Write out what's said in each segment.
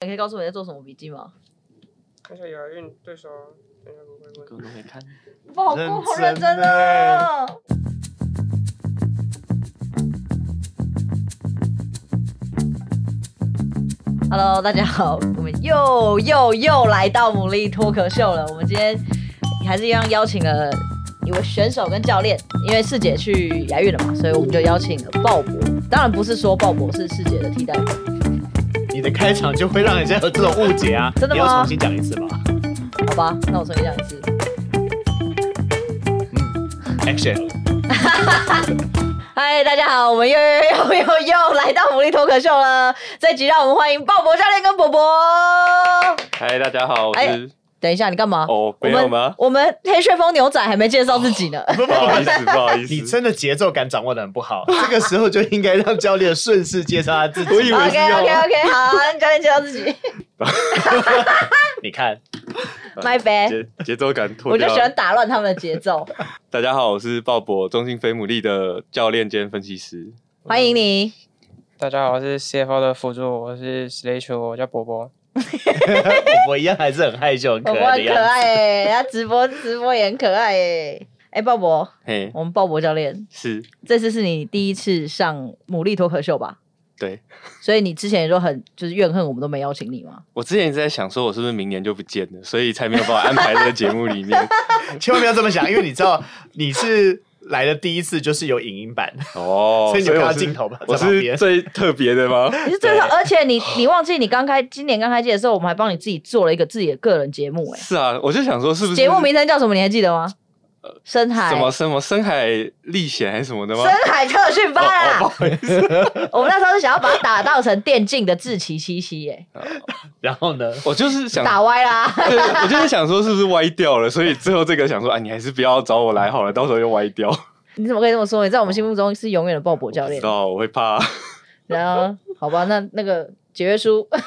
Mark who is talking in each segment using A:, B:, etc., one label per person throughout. A: 你可以告诉我你在做什么笔记吗？
B: 而且有运对手等下不会问。
C: 我都没看。
A: 哇，好
C: 认
A: 酷，好
C: 真
A: 认真
C: 欸
A: 啊！Hello，大家好，我们又又又来到牡蛎脱壳秀了。我们今天还是一样邀请了一位选手跟教练，因为世姐去亚运了嘛，所以我们就邀请了鲍勃。当然不是说鲍勃是世姐的替代品，
C: 你的开场就会让人家有这种误解啊！
A: 真的吗
C: 你要重新讲一次吧。
A: 好吧？那我重新讲一次。
C: 嗯，Action。
A: 嗨，大家好，我们又又又又又来到牡蛎脱壳秀了。这集让我们欢迎鲍勃教练跟博博。
D: 嗨，大家好，我
A: 哎
D: 是
A: 等一下，你干嘛？
D: 哦，
A: 我
D: 没有吗
A: 们？我们黑旋风牛仔还没介绍自己呢。
D: 不好意 思，不好意
C: 你
D: 思，
C: 真的节奏感掌握的很不好， 这个时候就应该让教练顺势介绍他自己。
D: 我 以为是
A: OK
D: 要
A: OK OK，好，让教练介绍自 己。
C: 你看，
A: My bad，
D: 节节奏感脱
A: 我就
D: 掉
A: 喜欢
D: 了。
A: 打乱他们的节奏。
D: 大家好，我是鲍勃，中信飞牡蛎的教练兼分析师。
A: 欢迎你，
B: 大家好，我是 CFO 的辅助，我是 s l a t 我叫博博。
C: 我一样还是很害羞、很可啊
A: 我
C: 爱的
A: 很可
C: 样子。
A: 爱哎、他直播直播也很可爱哎、哎、鲍勃，
D: 嘿，
A: 我们鲍勃教练，
D: 是，
A: 这次是你第一次上牡蛎脱壳秀吧？
D: 对
A: 所以你之前也说很就是怨恨我们都没邀请你吗？
D: 我之前一直在想，说我是不是明年就不见了，所以才没有把我安排在节目里 面。
C: 千万不要这么想，因为你知道你是来的第一次就是有影音版，
D: 哦，
C: 所以你有
D: 所以
C: 看
D: 我
C: 到
D: 是
C: 镜头吧
D: 我
C: 在旁边
D: 是最特别的吗？
A: 你是真的，而且你你忘记你刚开今年刚开机的时候，我们还帮你自己做了一个自己的个人节目哎、
D: 是啊，我就想说，是不是
A: 节目名称叫什么？你还记得吗？深海
D: 什么什么深海历险还是什么的吗？
A: 深海特训班
D: 哦哦
A: 啊！我们那时候是想要把它打造成电竞的志奇七七耶，
C: 然后呢，
D: 我就是想
A: 打歪啦。
D: 对，我就是想说是不是歪掉了，所以最后这个想说，啊，你还是不要找我来好了，到时候又歪掉。
A: 你怎么可以这么说？你在我们心目中是永远的鲍 勃教练
D: 知。道我会怕。
A: 然后，好吧，那那个解约书。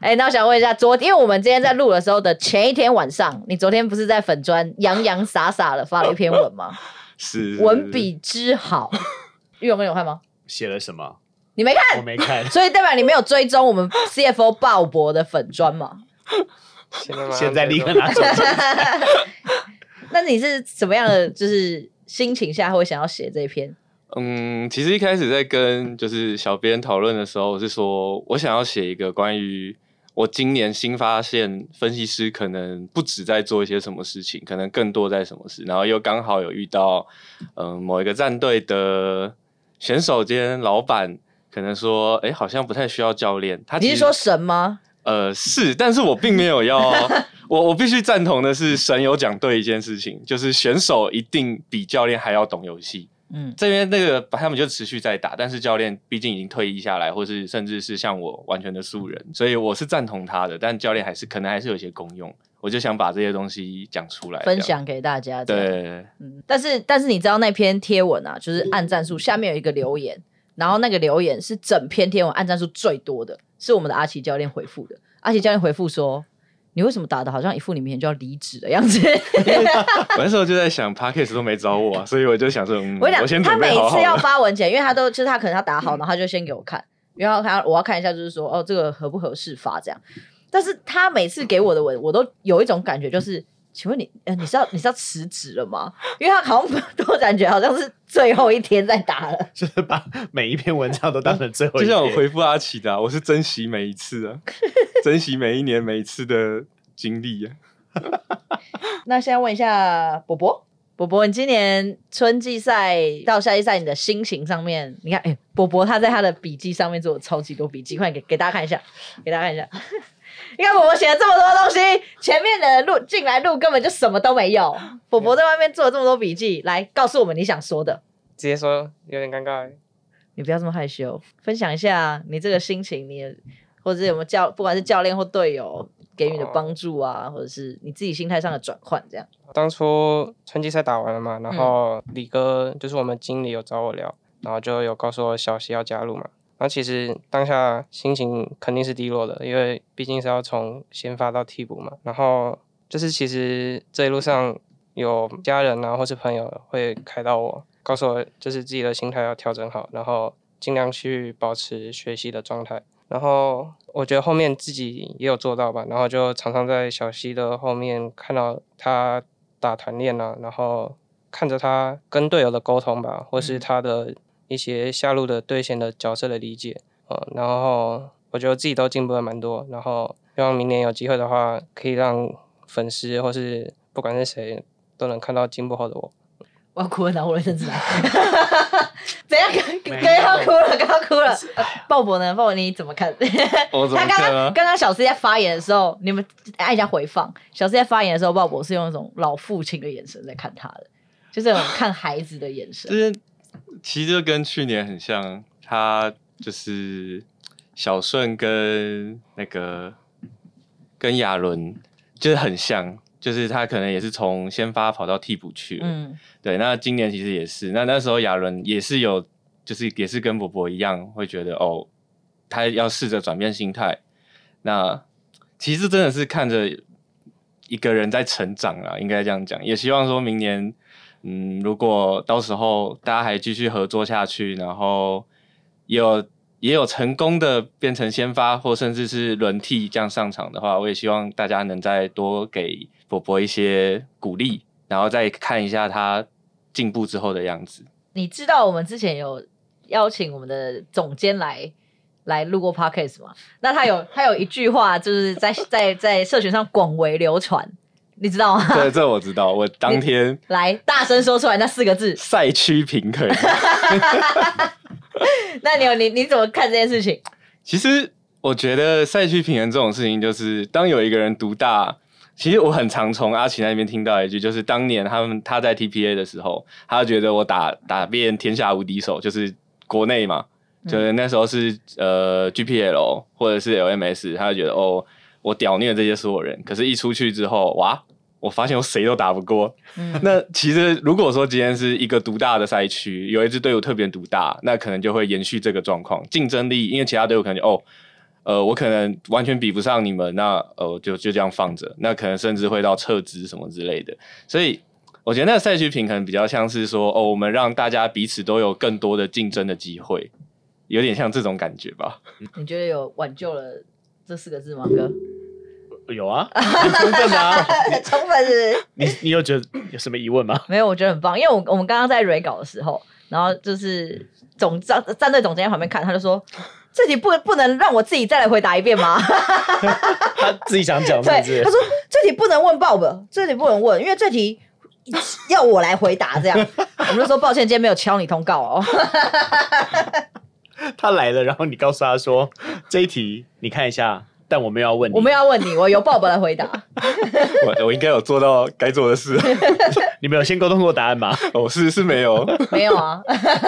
A: 哎、那我想问一下，昨因为我们今天在录的时候的前一天晚上，你昨天不是在粉砖洋洋洒洒的发了一篇文吗？
D: 是
A: 文笔之好， 玉勇哥有看吗？
C: 写了什么？
A: 你没看，。
C: 我没看
A: 所以代表你没有追踪我们 CFO 鲍勃的粉砖嘛？
B: 现在吗
C: 现在立刻 拿走。
A: 那你是怎么样的？就是心情下会想要写这一篇？
D: 嗯，其实一开始在跟就是小编讨论的时候，我是说我想要写一个关于我今年新发现分析师可能不止在做一些什么事情，可能更多在什么事，然后又刚好有遇到嗯某一个战队的选手兼老板，可能说哎好像不太需要教练，他
A: 你
D: 其
A: 是
D: 实
A: 说神吗？
D: 呃，是，但是我并没有要， 我我必须赞同的是，神有讲对一件事情，就是选手一定比教练还要懂游戏。
A: 嗯，
D: 这边那个他们就持续在打，但是教练毕竟已经退役下来，或是甚至是像我完全的素人，所以我是赞同他的，但教练还是可能还是有一些功用，我就想把这些东西讲出来，
A: 分
D: 这样。
A: 享给大家。这样，
D: 哎 对，
A: 嗯但是但是你知道那篇贴文啊，就是按赞数下面有一个留言，然后那个留言是整篇贴文按赞数最多的，是我们的阿奇教练回复的。阿奇教练回复说：“你为什么打的好像一副你明天就要离职的样子？”
D: 我那时候就在想 p a c k a s 都没找我、啊，所以我就想说，嗯，
A: 我跟
D: 我
A: 你讲，
D: 先
A: 他
D: 准
A: 每
D: 备好好
A: 次要
D: 了。嗯
A: 发文前，因为他都就是他可能他打好，然后他就先给我看，然后他我要看一下，就是说哦这个合不合适发这样。但是他每次给我的文，我都有一种感觉，就是请问你，呃，你是要你是要辞职了吗？因为他好像 都感觉好像是最后一天在打了。
C: 就是把每一篇文章都当成最后
D: 就
C: 一篇。
D: 像我回复阿奇的啊、我是珍惜每一次啊，珍惜每一年每一次的经历啊。
A: 那现在问一下伯伯，伯伯，你今年春季赛到夏季赛，你的心情上面，你看，哎、伯伯他在他的笔记上面做了超级多笔记，快给给大家看一下，给大家看一下。 你看伯伯写了这么多东西，前面的人录进来录根本就什么都没有。伯伯在外面做了这么多笔记，来告诉我们你想说的。
B: 直接说有点尴尬欸。
A: 你不要这么害羞，分享一下你这个心情，你的或者是有没有教，不管是教练或队友给予你的帮助啊，或者是你自己心态上的转换，这样。
B: 当初春季赛打完了嘛，然后李哥就是我们经理有找我聊，然后就有告诉我小西要加入嘛。然后其实当下心情肯定是低落的，因为毕竟是要从先发到替补嘛。然后就是其实这一路上有家人啊或是朋友会开导我，告诉我就是自己的心态要调整好，然后尽量去保持学习的状态。然后我觉得后面自己也有做到吧，然后就常常在小溪的后面看到他打团练啊，然后看着他跟队友的沟通吧，或是他的一些下路的对线的角色的理解啊、呃然后我觉得自己都进步了蛮多，然后希望明年有机会的话，可以让粉丝或是不管是谁都能看到进步后的我。
A: 我要哭了，拿我卫生 纸来。怎样？刚刚要哭了，刚要哭了。呃鲍勃呢？鲍勃你怎么看？
D: 我怎么
A: 他刚
D: 看啊
A: 刚刚刚小 C 在发言的时候，你们按一下回放。小 C 在发言的时候，鲍勃是用一种老父亲的眼神在看他的，就是那种看孩子的眼
D: 就
A: 神。
D: 是其实就跟去年很像，他就是小顺跟那个跟亚伦就是很像，就是他可能也是从先发跑到替补去了。
A: 嗯
D: 对，那今年其实也是，那那时候亚伦也是有，就是也是跟伯伯一样，会觉得哦，他要试着转变心态。那其实真的是看着一个人在成长啦，应该这样讲。也希望说明年，嗯，如果到时候大家还继续合作下去，然后也有也有成功的变成先发或甚至是轮替这样上场的话，我也希望大家能再多给伯伯一些鼓励，然后再看一下他进步之后的样子。
A: 你知道我们之前有邀请我们的总监来来录过 podcast 吗？那他有他有一句话，就是在 在在社群上广为流传，你知道吗？
D: 这这我知道，我当天
A: 来，大声说出来那四个字。
D: 赛区平衡。
A: 那你有你你怎么看这件事情？
D: 其实我觉得赛区平衡这种事情，就是当有一个人独大，其实我很常从阿奇那边听到一句，就是当年他们他在 TPA 的时候，他觉得我打打遍天下无敌手，就是国内嘛，就是那时候是呃 GPL 或者是 LMS，他就觉得哦我屌虐这些所有人，可是一出去之后，哇！我发现我谁都打不过。
A: 嗯
D: 那其实如果说今天是一个独大的赛区，有一支队伍特别独大，那可能就会延续这个状况，竞争力，因为其他队伍可能就哦，呃，我可能完全比不上你们，那呃就就这样放着，那可能甚至会到撤资什么之类的。所以我觉得那个赛区平衡比较像是说，哦，我们让大家彼此都有更多的竞争的机会，有点像这种感觉吧。
A: 你觉得有挽救了这四个字吗，哥？
C: 有啊，很充分的 啊。
A: 充分是不是
C: 你你有觉得有什么疑问吗？
A: 没有，我觉得很棒，因为我我们刚刚在 re 稿的时候，然后就是总站站在总监在旁边看，他就说。这题不不能让我自己再来回答一遍吗？
C: 他自己想讲是
A: 对
C: 不，是
A: 他？说这题不能问鲍勃，这题不能问，因为这题要我来回答。这样， 我们就说抱歉，今天没有敲你通告哦。
C: 他来了，然后你告诉他说这一题你看一下，但我没有要问你，
A: 我们要问你，我由鲍勃来回答。
D: 我我应该有做到该做的事，
C: 你们有先沟通过答 案吗？
D: 哦，是是没有。
A: 没有啊。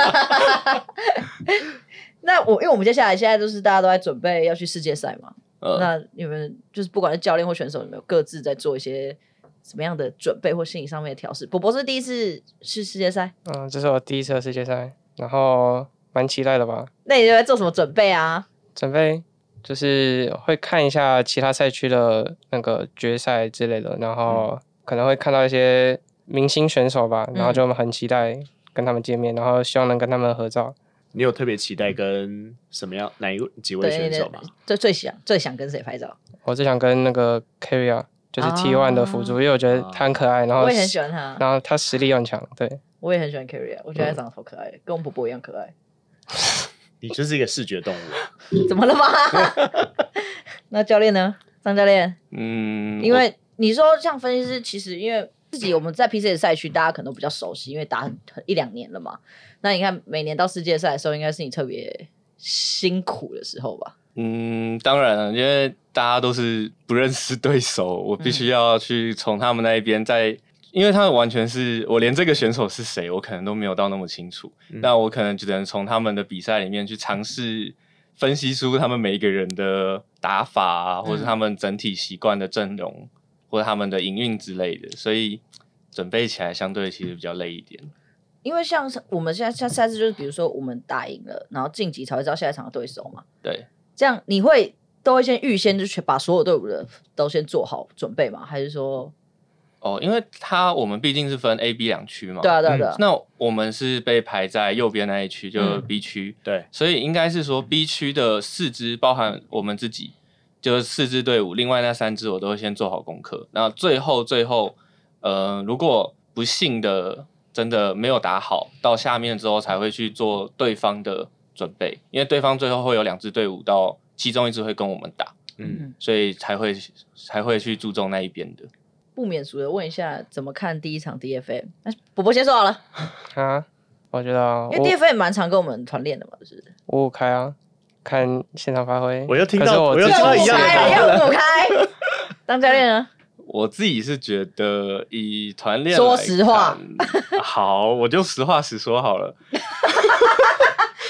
A: 那我因为我们接下来现在就是大家都在准备要去世界赛嘛，
D: 呃
A: 那你们就是不管是教练或选手，你们有各自在做一些什么样的准备或心理上面的调试？博博是第一次是世界赛，
B: 嗯，这是我第一次的世界赛，然后蛮期待的吧。
A: 那你在做什么准备啊？
B: 准备就是会看一下其他赛区的那个决赛之类的，然
A: 嗯
B: 后可能会看到一些明星选手吧，然后就很期待跟他们见面，然后希望能跟他们合照。
C: 你有特别期待跟什么样哪一位几位
A: 对，
C: 选
A: 你
C: 手
A: 的
C: 吗？
A: 最最想最想跟谁拍照？
B: 我最想跟那个 Carry 啊，就是 T One 的辅助，因为我觉得他很可爱，然
A: 哦
B: 后
A: 我也很喜欢他，
B: 然后他实力又很强，对，
A: 我也很喜欢 Carrie，啊我觉得他长得好可爱的，跟我们伯伯一样可爱。
C: 你就是一个视觉动物。
A: 怎么了吗？ 那教练呢？张教练，
D: 嗯，
A: 因为你说像分析师，其实因为自己我们在 PC 的赛区，大家可能都比较熟悉，因为打很很一两年了嘛。那你看每年到世界赛的时候，应该是你特别辛苦的时候吧？
D: 嗯，当然了，因为大家都是不认识对手，我必
A: 嗯
D: 须要去从他们那一边再，因为他们完全是我连这个选手是谁，我可能都没有到那么清楚，
C: 嗯
D: 那我可能只能从他们的比赛里面去尝试分析出他们每一个人的打法啊，
A: 嗯
D: 或者他们整体习惯的阵容，或者他们的营运之类的，所以准备起来相对其实比较累一点。
A: 因为像是我们现在下下次就是，比如说我们打赢了，然后晋级才会知道下一场的对手嘛。
D: 对，
A: 这样你会都会先预先就去把所有队伍的都先做好准备嘛？还是说
D: 哦，因为它我们毕竟是分 A、B 两区嘛，
A: 对啊，对啊，对啊，
D: 哦那我们是被排在右边那一区，就
A: 嗯
D: B 区，
E: 对，
D: 所以应该是说 B 区的四支包含我们自己，就是四支队伍，另外那三支我都会先做好功课。那最后最后，呃，如果不幸的真的没有打好，到下面之后才会去做对方的准备，因为对方最后会有两支队伍到其中一支会跟我们打，
E: 嗯，
D: 所以才会才会去注重那一边的。
A: 不免俗的问一下，怎么看第一场 DFM？那伯伯先说好了，
B: 啊，我觉得啊
A: 因为
B: 我
A: DFM 蛮常跟我们团练的嘛，就是
B: 我五开啊，看现场发挥。
C: 我又听到
B: 可是
A: 啊
C: 我又
B: 自
C: 听
B: 己
C: 到一
A: 五
C: 样的
A: 开
C: 答
A: 了，
C: 案
A: 又五开。 当教练啊呢？
D: 我自己是觉得以团练
A: 说
D: 来
A: 实话
D: 看， 好，我就实话实说好了。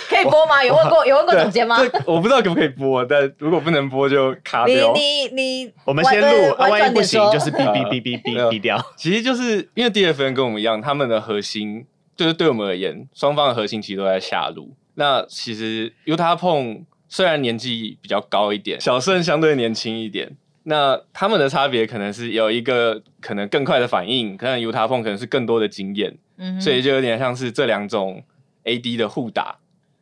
A: 可以播吗？有问过有问过
D: 对
A: 总监吗？
D: 这我不知道可不可以播，但如果不能播就卡
A: 你
D: 掉。
A: 你你，
C: 我们先录，啊
A: 婉婉
C: 万
A: 转
C: 一不
A: 点
C: 行
A: 说哎
C: 就是哔哔哔 哔
D: 呃
C: 哔哔掉。
D: 其实就是因为 DFN 跟我们一样，他们的核心就是对我们而言，双方的核心其实都在下路。那其实 Utah 碰虽然年纪比较高一点，小胜相对年轻一点。那他们的差别可能是有一个可能更快的反应，可能 Utah 碰可能是更多的经验，
A: 嗯哼
D: 所以就有点像是这两种 AD 的互打。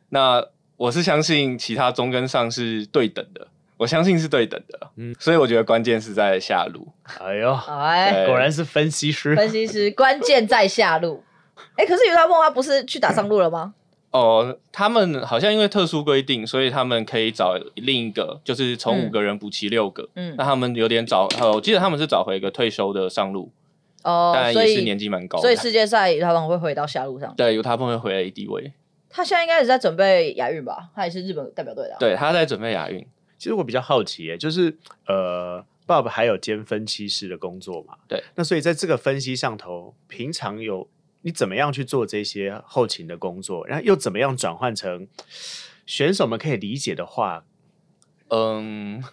D: 那我是相信其他中跟上是对等的，我相信是对等的。嗯，所以我觉得关键是在下路。
C: 哎呦，
A: 哎，
D: 对
C: 果然是分析师。
A: 分析师关键在下路。哎，可是尤大梦他不是去打上路了 吗？
D: 哦，他们好像因为特殊规定，所以他们可以找另一个，就是从
A: 嗯
D: 五个人补齐六个。
A: 嗯
D: 那，他们有点找，呃，我记得他们是找回一个退休的上路，
A: 哦，
D: 但
A: 所
D: 也是
A: 以
D: 年纪蛮高的。
A: 所以世界赛尤大梦会回到下路上。
D: 对，有他们会回 AD 位，
A: 他现在应该是在准备亚运吧？他也是日本代表队的啊。
D: 对，他在准备亚运。
C: 其实我比较好奇耶，就是呃，Bob 还有兼分析师的工作嘛？
D: 对。
C: 那所以在这个分析上头，平常有你怎么样去做这些后勤的工作，然后又怎么样转换成选手们可以理解的话，
D: 嗯，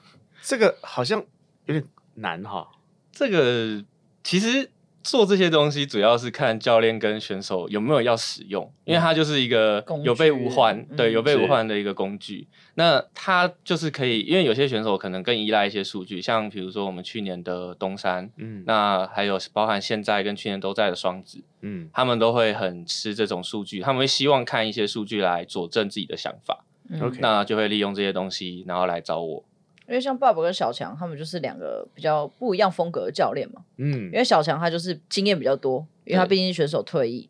C: 这个好像有点难哈。
D: 这个其实做这些东西主要是看教练跟选手有没有要使用，因为它就是一个
A: 嗯工具
D: 有备无患，
A: 嗯
D: 对，有备
C: 是
D: 无患的一个工具。那它就是可以，因为有些选手可能更依赖一些数据，像比如说我们去年的东山，
C: 嗯
D: 那还有包含现在跟去年都在的双子，
C: 嗯
D: 他们都会很吃这种数据，他们会希望看一些数据来佐证自己的想法，
A: 嗯
C: OK
D: 那就会利用这些东西，然后来找我。
A: 因为像鲍勃跟小强他们就是两个比较不一样风格的教练嘛。
C: 嗯
A: 因，为小强他就是经验比较多，因为他
D: 对
A: 毕竟是选手退役。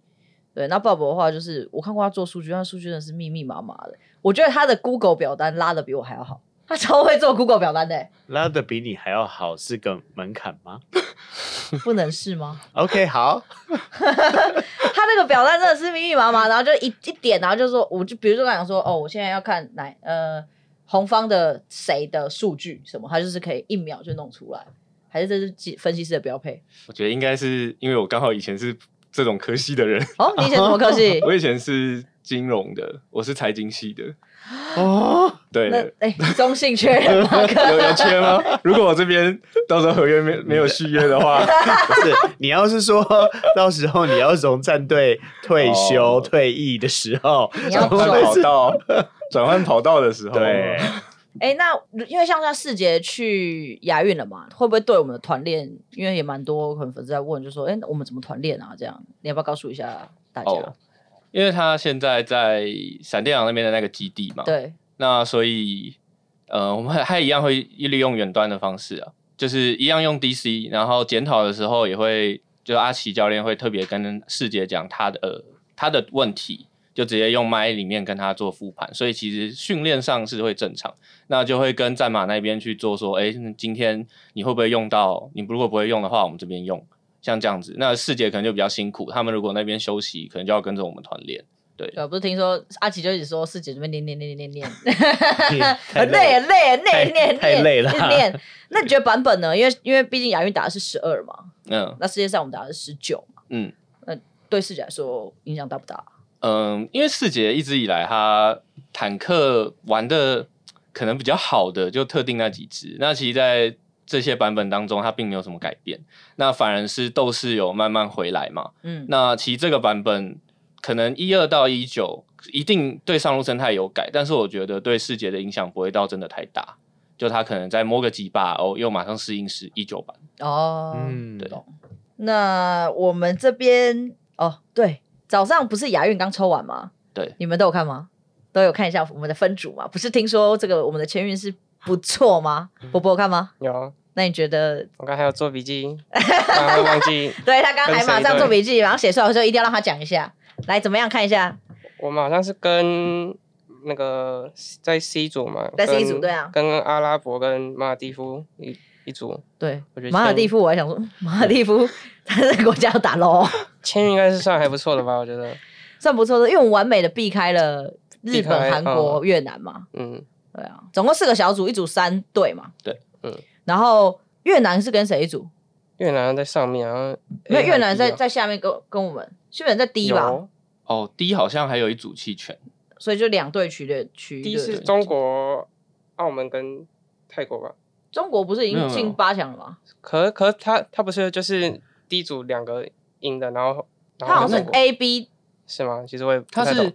A: 对，那鲍勃的话就是我看过他做数据，他数据真的是密密麻麻的。我觉得他的 Google 表单拉的比我还要好，他超会做 Google 表单 的欸、
C: 拉的比你还要好是个门槛吗
A: 不能是吗？
C: ？OK，好，
A: 他那个表单真的是密密麻麻，然后就一一点，然后就说，我就比如说跟他讲说，哦，我现在要看哪呃红方的谁的数据什么，他就是可以一秒就弄出来，还是这是技分析师的标配？
D: 我觉得应该是因为我刚好以前是这种科系的人，
A: 哦，你以前什么科系
D: ？我以前是金融的，我是财经系的。
C: 哦，
D: 对，
A: 那哎、中性缺人吗？
D: 有有缺 吗？如果我这边到时候合约没没有续约的话，
C: 不是，你要是说到时候你要从战队退休、
D: 哦
C: 退役的时候，
A: 你要
D: 转
A: 走
D: 换跑道，转换跑道的时候，
C: 对，
A: 哎、那因为像像世杰去亚运了嘛，会不会对我们的团练，因为也蛮多可能粉丝在问，就说，哎、我们怎么团练啊？这样，你要不要告诉一下大家？
D: 哦，因为他现在在闪电狼那边的那个基地嘛，，
A: 对，
D: 那所以呃，我们还还一样会利用远端的方式啊， 就是一样用 DC，然后检讨的时候也会，就阿奇教练会特别跟世杰讲他的呃他的问题，就直接用麦里面跟他做复盘，所以其实训练上是会正常，那就会跟战马那边去做说，哎、那今天你会不会用到？你如果不会用的话，我们这边用。像这样子，那世杰可能就比较辛苦。他们如果那边休息，可能就要跟着我们团练。
A: 对，啊不是听说阿奇就一直说四姐这边念念念念念
C: 也
A: 念，
C: 太
A: 很
C: 累
A: 累很累很累，
C: 太
A: 念
C: 太
A: 念
C: 累了
A: 一直念。那你觉得版本呢？因为因为毕竟亚运打的是十二嘛，
D: 嗯
A: 那世界上我们打的是十九嘛，
D: 嗯，
A: 对世姐来说影响大不大？
D: 嗯，因为世杰一直以来他坦克玩的可能比较好的就特定那几只，那其实在这些版本当中，它并没有什么改变，那反而是斗士有慢慢回来嘛。
A: 嗯，
D: 那其实这个版本可能一二到一九一定对上路生态有改，但是我觉得对世杰的影响不会到真的太大，就他可能再摸个几把哦，又马上适应是一九版。
A: 哦，
C: 嗯，
D: 对
C: 懂
A: 那我们这边哦，对，早上不是亚运刚抽完吗？
D: 对，
A: 你们都有看吗？都有看一下我们的分组嘛？不是听说这个我们的签运是不错吗？波波有看吗？
B: 有，
A: 那你觉得？
B: 我刚才有做笔 记，刚才忘记，
A: 对他刚刚还
B: 跟谁
A: 马上
B: 对
A: 做笔记，然后写出来，我说一定要让他讲一下。来，怎么样？看一下，
B: 我们好像是跟那个在 C 组嘛，
A: 在 C
B: 跟
A: 组对啊
B: 跟阿拉伯跟马尔蒂夫一一组，
A: 对
B: 我觉，得
A: 马尔
B: 先
A: 蒂夫，我还想说，嗯马尔蒂夫他在国家要打喽，
B: 签运应该是算还不错的吧，我觉得，
A: 算不错的，因为我们完美的避开了日
B: 避开
A: 本、韩国、越南嘛。
B: 嗯，
A: 对啊，总共四个小组，一组三队嘛。
D: 对，
B: 嗯。
A: 然后越南是跟谁一组？
B: 越南在上面，然后
A: 因为
B: A
A: 越南在
B: 还是 B 啊
A: 在下面跟跟我们，日本在第一吧，
B: 有
D: 哦，D 好像还有一组弃权，
A: 所以就两队取的取
B: 第
A: 一
B: 一是
A: 队。
B: 中国、澳门跟泰国吧。
A: 中国不是已
D: 没有
A: 经
D: 没有
A: 进八强了吗？
B: 可可是他他不是就是第一组两个赢的，然后然
A: 他
B: 后
A: 好像是
B: 中国
A: A B，
B: 是吗？其实我也不
D: 他
B: 太懂
D: 是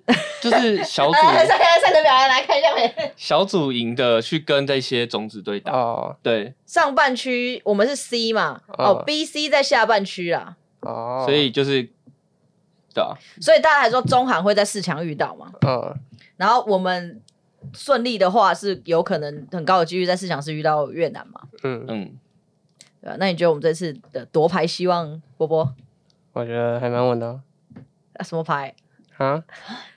D: 就 是小组
A: 来三三的表扬来看一下 没？
D: 小组赢的去跟这些种子队打，
B: 哦
D: 对，
A: 上半区我们是 C 嘛，
B: 哦
A: 哦 B C 在下半区啦，
B: 哦，
D: 所以就是对啊，
A: 所以大家还说中韩会在四强遇到嘛，
B: 嗯
A: 然后我们顺利的话是有可能很高的几率在四强是遇到越南嘛，
B: 嗯，
D: 嗯，
A: 对吧、啊那你觉得我们这次的夺牌希望波波、
B: 我觉得还蛮稳的
A: 啊、什么牌？
B: 啊，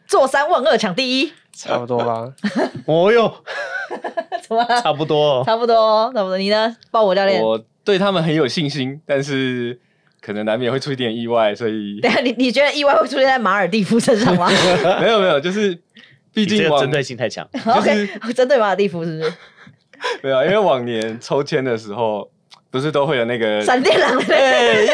A: 坐三望二抢第一，
B: 差不多吧。
C: 哦哟，
A: 怎么了？
C: 差不
B: 哦
C: 多。
A: 差不多，差不多。你呢？抱我教练。
D: 我对他们很有信心，但是可能难免会出一点意外，所 以
A: 等一下，啊你你觉得意外会出现在马尔蒂夫身 上吗
D: 没有没有，就是毕
C: 你这
D: 竟
C: 个
D: 往
C: 针对性太强，
A: ？OK，针对马尔蒂夫是不是？
D: 没有啊，因为往年抽签的时候不是都会有那个
A: 闪电狼的
D: 耶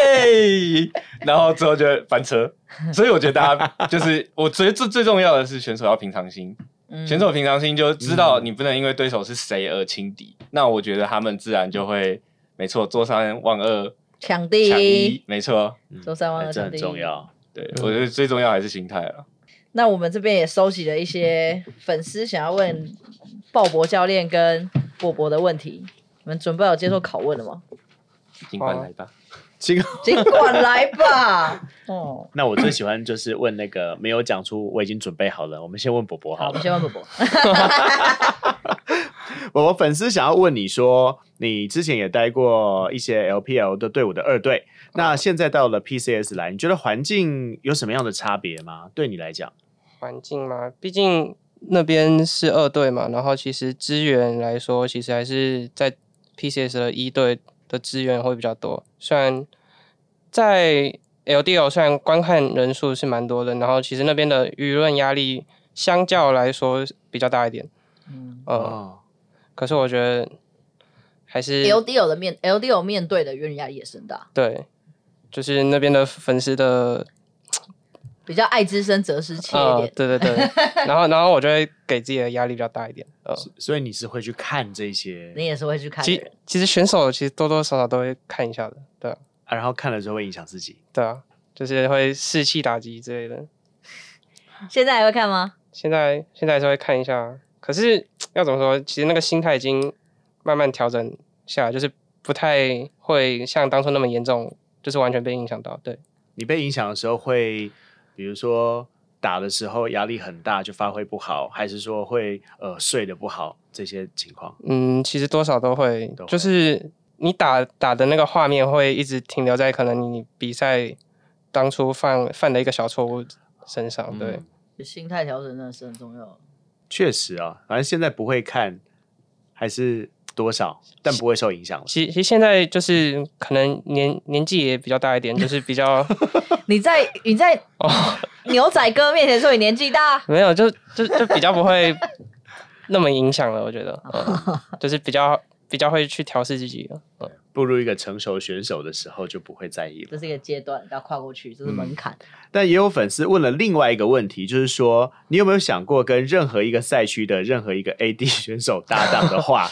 D: 耶，然后之后就翻车，所以我觉得大家就是，我觉得最最重要的是选手要平常心，
A: 嗯
D: 选手平常心就知道你不能因为对手是谁而轻敌，那我觉得他们自然就会没错，坐三望二
A: 抢第
D: 抢
A: 一
D: 一，，没错，
A: 坐三望二
C: 嗯这
A: 抢
C: 很
A: 第一，
C: 重。要。
D: 对我觉得最重要还是心态了。
A: 那我们这边也收集了一些粉丝想要问鲍勃教练跟波波的问题，你们准备好接受拷问了 吗？
D: 尽管来吧，
C: 这个，
A: 尽管来吧。哦，
C: 那我最喜欢就是问那个没有讲出，我已经准备好了。我们先问伯伯
A: 好，
C: 好
A: 我们
C: 了。
A: 先问波波。
C: 我粉丝想要问你说，你之前也待过一些 LPL 的队伍的二队，那现在到了 PCS 来，你觉得环境有什么样的差别吗？对你来讲，
B: 环境嘛，毕竟那边是二队嘛，然后其实资源来说，其实还是在 PCS 的一队的资源会比较多。虽然在 LDL 虽然观看人数是蛮多的，然后其实那边的舆论压力相较来说比较大一点，
A: 嗯
B: 呃，
C: 哦，
B: 可是我觉得还是
A: ，LDL 的面，LDL 面对的舆论压力也是很大，
B: 对，就是那边的粉丝的
A: 比较爱之深责之切一
B: 呃，
A: 点。
B: 对对 对，然后然后我就会给自己的压力比较大一点，呃，
C: 所以你是会去看这些，
A: 你也是会去看的
B: 其
A: 人，
B: 其实选手其实多多少少都会看一下的，对啊，
C: 啊然后看了之后会影响自己。
B: 对啊，就是会士气打击之类的。
A: 现在还会看吗？
B: 现在现在还是会看一下，可是要怎么说？其实那个心态已经慢慢调整下来，就是不太会像当初那么严重，就是完全被影响到。对，
C: 你被影响的时候会，比如说打的时候压力很大就发挥不好，还是说会呃睡得不好这些情况？
B: 嗯，其实多少都会，
C: 都会
B: 就是你打打的那个画面会一直停留在可能你比赛当初犯犯的一个小错误身上。哦对，
C: 嗯
A: 心态调整真的是很重要。
C: 确实啊，反正现在不会看，还是多少，但不会受影响了。
B: 其其实现在就是可能年年纪也比较大一点，就是比较。
A: 你在你在
B: 哦，
A: 牛仔哥面前说你年纪大，
B: 没有，就就就比较不会那么影响了，我觉得，嗯、就是比较比较会去调试自己了。嗯
C: 步入一个成熟选手的时候就不会在意
A: 这
C: 了。
A: 是一个阶段要跨过去，这是门槛。
C: 但也有粉丝问了另外一个问题，就是说你有没有想过跟任何一个赛区的任何一个 AD 选手搭档的话，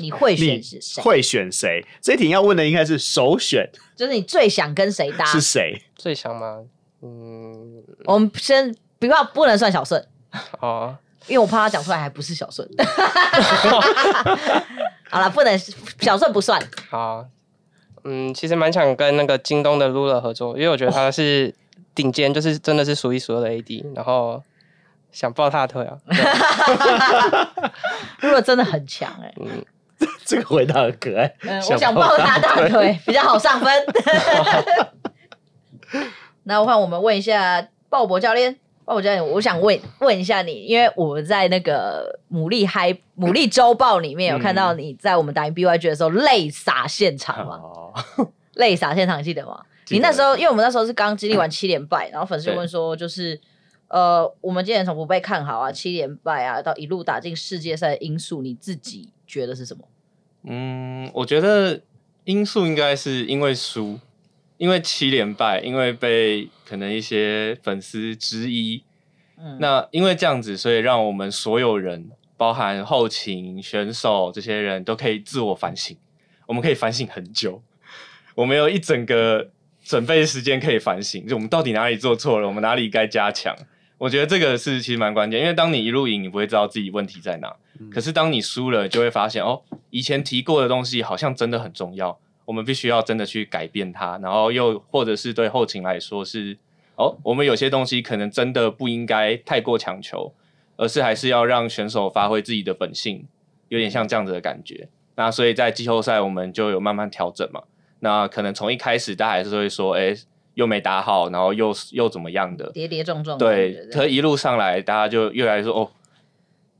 A: 你会
C: 你
A: 选是谁？
C: 会选谁？这一题要问的应该是首选
A: 就是你最想跟谁搭？
C: 是谁？
B: 最想嘛，嗯，
A: 我们先不要不能算小顺，
B: 哦，
A: 因为我怕他讲出来还不是小 顺。 好了，不能小顺不算，
B: 好，嗯，其实蛮想跟那个京东的 Lula 合作，因为我觉得他是顶尖，就是真的是数一数二的 AD，然后想抱他的腿啊。对啊
A: 如果真的很强哎、
B: 嗯，
C: 这个回答很可爱。
A: 嗯，我想抱他大腿，比较好上 分。那我看我们问一下鲍勃教练，鲍勃教练，我想问问一下你，因为我们在那个牡蛎嗨牡蛎周报里面有看
D: 嗯
A: 到你在我们打赢 BYG 的时候泪洒现场嘛？
D: 哦，
A: 泪洒现场记得吗？
D: 记
A: 你
D: 得
A: 那时候，因为我们那时候是刚经历完七连败，然后粉丝
D: 对
A: 问说，就是呃，我们今年从不被看好啊，七连败啊，到一路打进世界赛的因素，你自己觉得是什么？
D: 嗯，我觉得因素应该是因为输，因为七连败，因为被可能一些粉丝质疑，
A: 嗯，
D: 那因为这样子，所以让我们所有人，包含后勤、选手这些人都可以自我反省。我们可以反省很久，我们有一整个准备时间可以反省，就我们到底哪里做错了，我们哪里该加强。我觉得这个是其实蛮关键，因为当你一路赢，你不会知道自己问题在哪。可是当你输了，就会发现哦，以前提过的东西好像真的很重要，我们必须要真的去改变它。然后又或者是对后勤来说是哦，我们有些东西可能真的不应该太过强求，而是还是要让选手发挥自己的本性，有点像这样子的感觉。那所以在季后赛我们就有慢慢调整嘛。那可能从一开始大家还是会说，哎、又没打好，然后又又怎么样的？
A: 跌跌撞撞的感觉，
D: 对，
A: 这样
D: 可一路上来，大家就越来越说哦，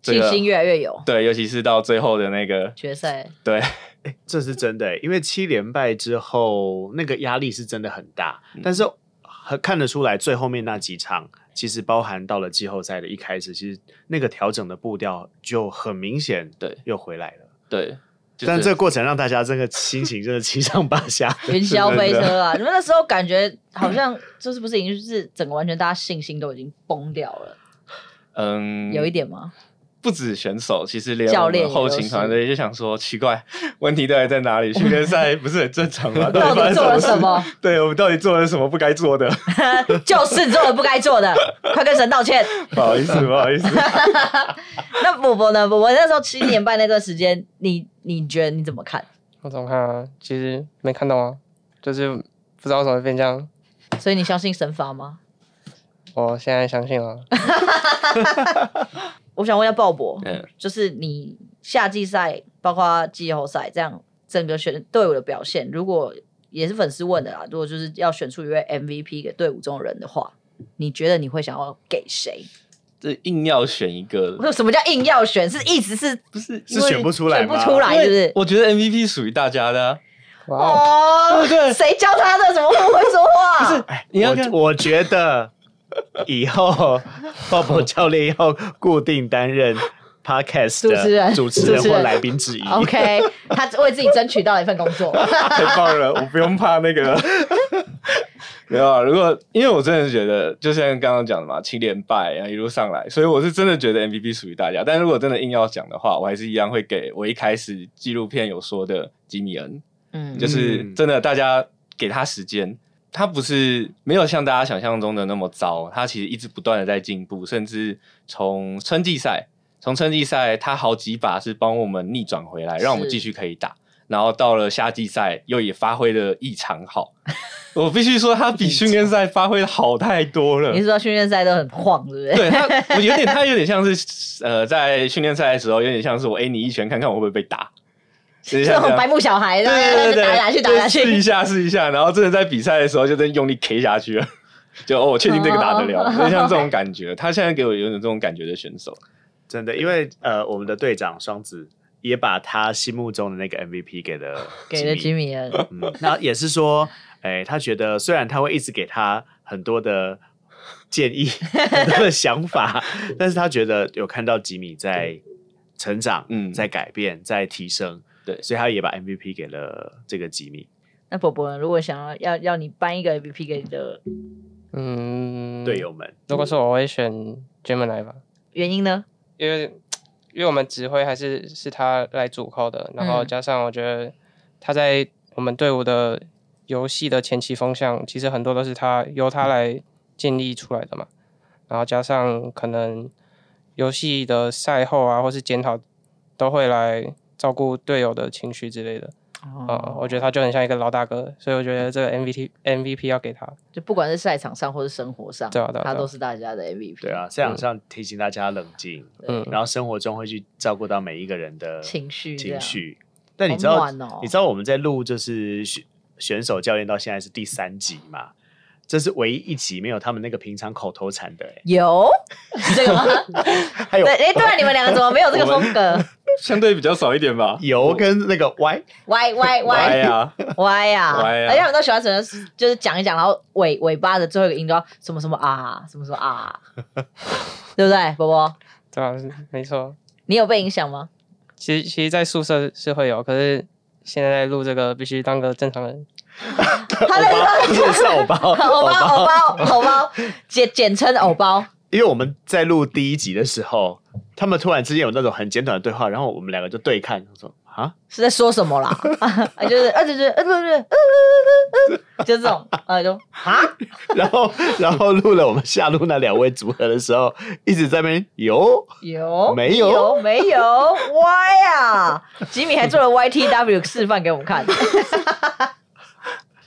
D: 这
A: 信
D: 个
A: 心越来越有。
D: 对，尤其是到最后的那个，
A: 决 赛，
D: 对，
C: 这是真的欸、因为七连败之后，那个压力是真的很大，
D: 嗯
C: 但是很看得出来，最后面那几场其实包含到了季后赛的一开始，其实那个调整的步调就很明显，
D: 对
C: 又回来了。
D: 对，就是
C: 但这个过程让大家这个心情真的七上八下。
A: 云霄飞车啊！你们那时候感觉好像就是不是已经是整个完全大家信心都已经崩掉了，
D: 嗯，
A: 有一点吗？
D: 不止选手，其实连
A: 教
D: 我们
A: 练也
D: 后
A: 都
D: 勤
A: 是
D: 团队就想说，奇怪， 问题到底在哪里？训练赛不是很正常
A: 到
D: 吗？
A: 底
D: 啊发生
A: 做了
D: 事
A: 什？么？
D: 对我们到底做了什么不该 做的？
A: 就是做了不该做的， 快跟神道歉。
D: 不好意思，不好意 思。
A: 那伯伯呢？伯伯那时候七年半那段时间，你你觉得你怎么看？
B: 我怎么看啊？其实没看懂啊，就是不知道为什么会变这样。
A: 所以你相信神罚吗？
B: 我现在相信了，
A: 我想问一下鲍勃，
D: 嗯
A: 就是你夏季赛包括季后赛这样整个选队伍的表现，如果也是粉丝问的啦，如果就是要选出一位 MVP 给队伍中的人的话，你觉得你会想要给谁？
D: 这硬要选一个
A: 我，说什么叫硬要选？是意思是
D: 不是
C: 是选不出来
A: 选不
C: 吗？
A: 出来，是不是？
D: 我觉得 MVP 属于大家 的啊。
B: 哇哦，
A: 哦，
D: 对对
A: 谁教他的？怎么会说话？
D: 你要看
C: 我我觉得以后鲍勃教练要固定 担任 podcast
A: 主持人
C: 的主持人
A: 主持人
C: 或来宾之一。
A: OK，他为自己争取到了一份工作。
D: 太棒 了，我 不用怕那个。没有啊，如果因为我真的觉得，就像刚刚讲的嘛，七连败，啊然后一路上来，所以我是真的觉得 MVP 属于大家。但如果真的硬要讲的话，我还是一样会给我一开始纪录片有说的吉米恩，
A: 嗯
D: 就是
C: 嗯
D: 真的大家给他时间，他不是没有像大家想象中的那么糟，他其实一直不断的在进步，甚至从春季赛，从春季赛他好几把是帮我们逆转回来，让我们
A: 是
D: 继续可以打，然后到了夏季赛又也发挥的异常好， 我必须说他比训练赛发挥的好太多了
A: 你。是说训练赛都很晃，对不对？
D: 对他，我有点，他有点像是，呃，在训练赛的时候，有点像是我，哎、你一拳看看我会不会被打，有
A: 这
D: 点像这
A: 种
D: 样
A: 白目小孩，然后
D: 对对对对，
A: 打来打去，打来打
D: 试一
A: 去。
D: 下试一下，然后真的在比赛的时候就真用力 K 下去了，就哦，我确定这个打得了，就像这种感觉。他现在给我有种这种感觉的选手，
C: 真的，因为呃，我们的队长双子也把他心目中的那个 MVP 给了
A: 给了吉
C: 米，
A: 米恩，
C: 嗯，那也是说，哎，他觉得虽然他会一直给他很多的建议、 很多的想法，但是他觉得有看到吉米在成长，
D: 嗯
C: 嗯，在改变，在提升，
D: 对
C: 所以他也把 MVP 给了这个吉米
A: 那伯伯呢？如果想要要要你颁一个 MVP 给你的
B: 嗯，
C: 队友们。
B: 如果是我，我会选 Gemini 吧，
A: 原因呢？
B: 因为因为我们指挥还是是他来主控的，然后
A: 嗯
B: 加上我觉得他在我们队伍的游戏的前期风向，其实很多都是他由他来建立出来的嘛，然后加上可能游戏的赛后啊，或是检讨，都会来照顾队友的情绪之类的，
A: 哦
B: 呃，我觉得他就很像一个老大哥，所以我觉得这个 MVP MVP 要给他。
A: 就不管是赛场上或是生活上，
B: 对啊对啊
A: 他
B: 对啊
A: 都是大家的 MVP。
C: 对啊，赛
A: 嗯
C: 场上提醒大家冷静，
B: 嗯，
C: 然后生活中会去照顾到每一个人的
A: 情绪这
C: 情
A: 样
C: 绪。但你
A: 好
C: 知道，
A: 暖哦
C: 你知道我们在录就是选选手教练到现在是第三集嘛？这是唯一一集没有他们那个平常口头禅的、欸，
A: 有是这个吗？
C: 还有
A: 对，哎，对啊，你们两个怎么没有这个风格
D: 相对比较少一 点吧。
C: 油跟那个歪，
A: ？Y Y
D: 歪啊
A: Y
D: 呀，
A: Y 呀！
D: 歪啊
A: 而且他们都喜欢什么？就是讲一讲，然后尾尾巴的最后一个音都要什么什么啊，什么什么啊，对不对？波波，
B: 对啊，是没错。
A: 你有被影响吗？
B: 其实其实，在宿舍是会有，可是现在在录这个必须当个正常人。
A: 他 在
C: 不是是偶 包，
A: 偶
C: 哦偶
A: 包
C: 包。
A: 偶包偶包简简称偶包，
C: 因为我们在录第一集的时候，他们突然之间有那种很简短的对话，然后我们两个就对看，说啊，
A: 是在说什么啦？就是而且就是呃不是不是呃呃呃呃，就这种呃就啊。
C: 然后然后录了我们下录那两位组合的时候，一直在那边有
A: 有
C: 没有
A: 没有 Y 啊！吉米还做了 YTW 示范给我们看，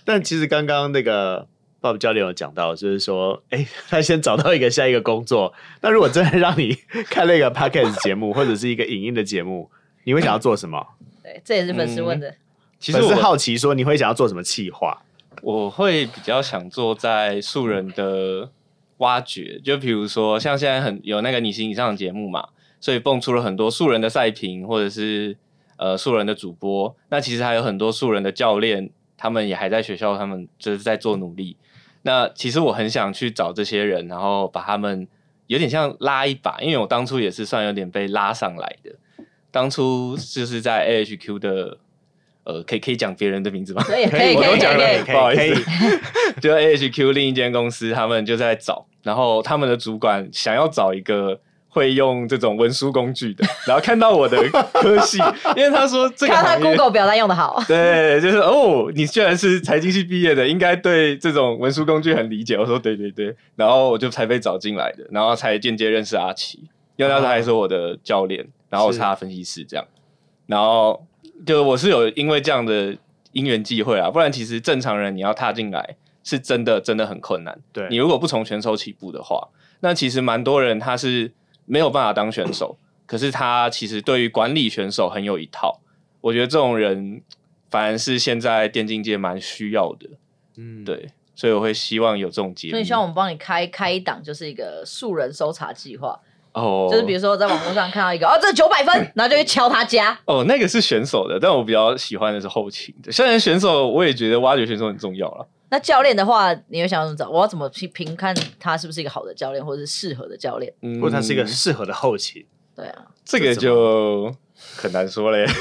C: 但其实刚刚那个 Bob 教练有讲到，就是说，哎，他先找到一个下一个工作。那如果真的让你看那个 podcast 节目或者是一个影音的节目，你会想要做什么？
A: 对，这也是粉丝问的。
D: 其实
C: 粉丝
D: 我
C: 好奇说你会想要做什么企划？
D: 我会比较想做在素人的挖掘，就比如说像现在很有那个你行你上的节目嘛，所以蹦出了很多素人的赛评，或者是呃素人的主播。那其实还有很多素人的教练，他们也还在学校，他们就是在做努力。那其实我很想去找这些人，然后把他们有点像拉一把，因为我当初也是算有点被拉上来的。当初就是在 AHQ 的，呃，可以可以讲别人的名字吗？
A: 可以可以
D: 我
A: 可
D: 都
A: 以
D: 讲了
A: 可以，
C: 可
D: 不好
C: 以
D: 意
C: 可以
D: 思， 就 AHQ 另一间公司，他们就在找，然后他们的主管想要找一个会用这种文书工具的，然后看到我的科系， 因为他说这个
A: 看到他
D: 行业。
A: Google 表单用的好，
D: 对，就是哦，你居然是财经系毕业的，应该对这种文书工具很理解。我说对对对，然后我就才被找进来的，然后才间接认识阿奇，因为那时候还是我的教练，然后我是他的分析师这样，然后就我是有因为这样的因缘际会啊，不然其实正常人你要踏进来是真的真的很困难。
C: 对，
D: 你如果不从选手起步的话，那其实蛮多人他是没有办法当选 手，可是他其实对于管理选手很有一套。我觉得这种人反而是现在电竞界蛮需要的，
C: 嗯，
D: 对，所以我会希望有这种节目。
A: 所以希望我们帮你开开一档，就是一个素人搜查计划，
D: 哦，
A: 就是比如说在网络上看到一个哦，这九百分，然后就去敲他家，
D: 哦，那个是选手的，但我比较喜欢的是后勤的。虽然选手我也觉得挖掘选手很重要了，
A: 那教练的话，你会想要怎么找？我要怎么去评看他是不是一个好的教练，或者是适合的教练？
D: 嗯
C: 不过他是一个适合的后勤，
A: 对啊，
D: 这个就很难说嘞。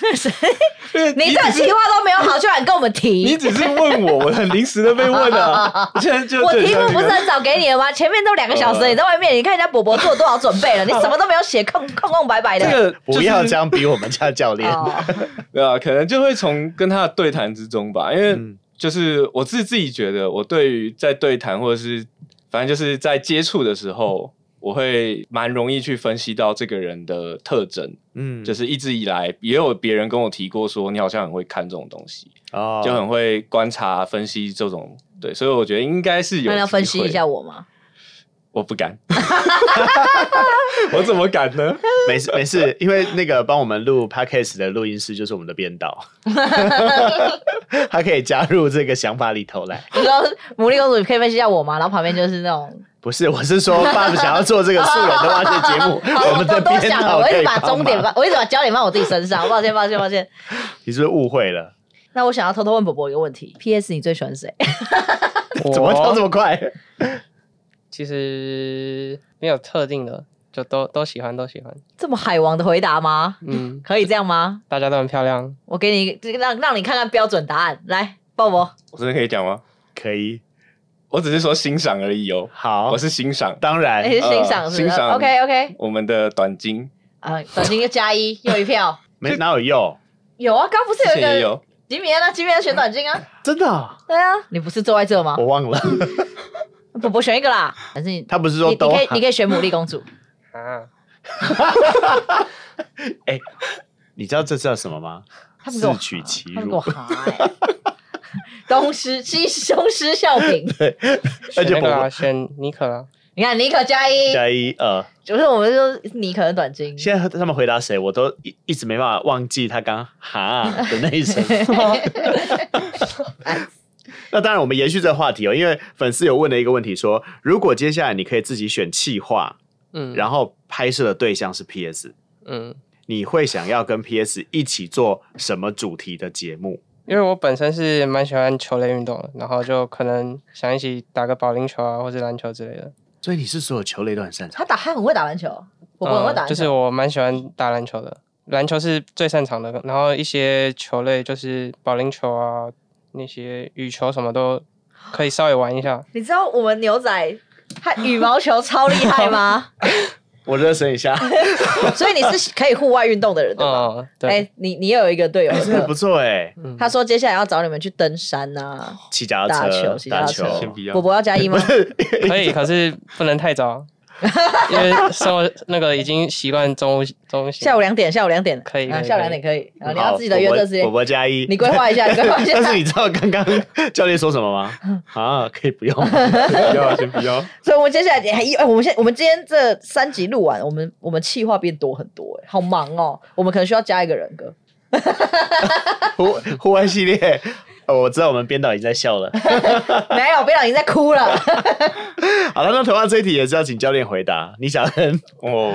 A: 你这个计划都没有好，居然跟我们
D: 你
A: 提，
D: 只是问我，我很临时的被 问啊。我现在就
A: 我
D: 就很
A: 题
D: 像
A: 目
D: 那
A: 不
D: 个
A: 是很早给你了吗？前面都两个小时了，你在外面，你看人家伯伯做多少准备了，你什么都没有写，空空空白白的。
D: 这个
C: 不
D: 就是
C: 要这样逼我们家教练。
A: 哦，
D: 对啊，可能就会从跟他的对谈之中吧，因为
C: 嗯
D: 就是我自自己觉得，我对于在对谈或者是反正就是在接触的时候，我会蛮容易去分析到这个人的特征，
C: 嗯
D: 就是一直以来也有别人跟我提过说，你好像很会看这种东西，
C: 哦
D: 就很会观察分析这种。对，所以我觉得应该是有。
A: 那你要分析一下，我吗？
D: 我不敢， 我怎么敢呢？
C: 没事没事，因为那个帮我们录 podcast 的录音师就是我们的编导， 他可以加入这个想法里头来。
A: 你说牡蛎公主可以分析一下我吗？然后旁边就是那种，，
C: 不是，我是说，爸爸想要做这个素人的挖掘节目
A: 好
C: 我们
A: 都
C: 的
A: 都
C: 编
A: 想了，
C: 导
A: 我一
C: 可
A: 直
C: 以
A: 把
C: 帮
A: 终点
C: 忙
A: 放，我一直把焦点放我自己身上，抱歉，抱歉，抱歉。
C: 你是不是误会了？
A: 那我想要偷偷问伯伯一个问题：P.S. 你最喜欢谁？
C: 怎么跳这
B: 我
C: 么快？
B: 其实没有特定的，就都都喜欢，都喜欢。
A: 这么海王的回答吗？
B: 嗯，
A: 可以这样吗？
B: 大家都很漂亮。
A: 我给你这个让让你看看标准答案，来，鲍勃，
D: 我真的可以讲吗？
C: 可以，
D: 我只是说欣赏而已哦，
C: 好
D: 我，是欣赏。
C: 当然
A: 哎你是欣赏是
D: 呃
A: 不
D: 欣
A: 是
D: 赏
A: ？OK OK，
D: 我们的短金
A: 啊，短信又加一， 又一票。
C: 没哪有用，
A: 有啊，刚不是有一
D: 之前
A: 个
D: 也有，
A: 吉米安啊，吉米安选短金啊，
C: 真的啊，
A: 对啊，你不是坐在这吗
C: 我？忘了。
A: 伯伯选一个啦，还是你
C: 他不是
A: 你
C: 说
A: 你
C: 都
A: 可以你可以选牡蛎公主，
B: 啊，
C: 你知道这叫什么吗？
A: 他们给我
C: 自取
A: 哈
C: 其
A: 他们
C: 辱
A: 给我哈、欸， 东施西东施效颦。
C: 而且
B: 选那个
C: 宝
B: 啊，
C: 宝
B: 选尼啊克啦，
A: 你看尼可加一，
C: 加一呃，
A: 就是我们说尼可的短金，
C: 现在他们回答谁，我都一一直没办法忘记他刚哈的那一声。那当然，我们延续这个话题哦，因为粉丝有问了一个问题说，如果接下来你可以自己选企划，
B: 嗯，
C: 然后拍摄的对象是 PS，
B: 嗯，
C: 你会想要跟 PS 一起做什么主题的节目？
B: 因为我本身是蛮喜欢球类运动的，然后就可能想一起打个保龄球啊，或者篮球之类的。
C: 所以你是所有球类都很擅长
A: 他打他很会打篮球，我我很会打篮
B: 呃
A: 球，
B: 就是我蛮喜欢打篮球的，篮球是最擅长的。然后一些球类就是保龄球啊，那些羽球什么都可以稍微玩一下。
A: 你知道我们牛仔他羽毛球超厉害 吗？
C: 我热身一下，
A: 所以你是可以户外运动的人对
C: 哦
A: 吧？
B: 嗯，
A: 哎、
B: 对，
A: 你你也有一个 队友
C: 真的不错哎，
B: 嗯
A: 他说接下来要找你们去登山呐、
C: 骑脚
A: 打
C: 踏
A: 球
C: 车
A: 骑、脚
C: 打
A: 踏
C: 球
A: 车，
D: 先不要
A: 伯伯要加一吗？
B: 可以，可是不能太早，因为生活那个已经习惯中午中午
A: 下午两点，下午两点
B: 可以
A: 啊
B: 可以
A: 下午两点可以。啊，你要自己的约这时间
C: 我，我加一，
A: 你规划一下，你规划一下
C: 但。是你知道刚刚教练说什么吗？啊，可以不 用吗。
D: 不要啊先 不
C: 哦
D: 要，
A: 所以，我们接下来哎，一哎我们现我们今天这三集录完，我们我们气话变多很多，哎，好忙哦。我们可能需要加一个人格，
C: 户户外系列，呃我知道我们编导已经在笑了。
A: 没有，别老已经在哭了。
C: 好了，那同样这一题也是要请教练回答。你想跟
D: 哦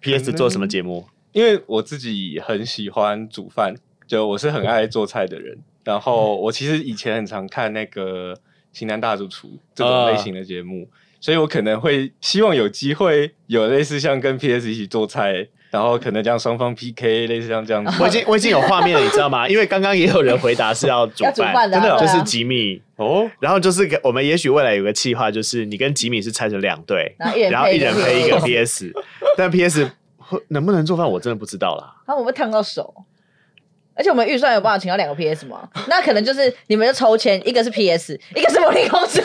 C: PS 做什么节目？
D: 因为我自己很喜欢煮饭，就我是很爱做菜的人。然后
C: 嗯
D: 我其实以前很常看那个《型男大主厨》这种类型的节
C: 哦
D: 目，所以我可能会希望有机会有类似像跟 PS 一起做菜，然后可能这样双方 PK，类似像这样子。
C: 我已经我已经有画面了，你知道吗？因为 刚刚也有人回答是要煮
A: 要煮饭
C: 饭，
A: 的啊真的哦
C: 就是吉米。
D: 哦，
C: 然后就是给我们也许未来有个计划，就是你跟吉米是拆成两队，
A: 然后一人
C: 然后
A: 配
C: 一
A: 一个
C: 人配一
A: PS
C: 个 PS，但 PS 会能不能做饭我真的不知道啦。
A: 然后我们会烫到手。而且我们预算有办法请到两个 PS 吗？那可能就是你们就抽签，一个是 PS，一个是魔力公主。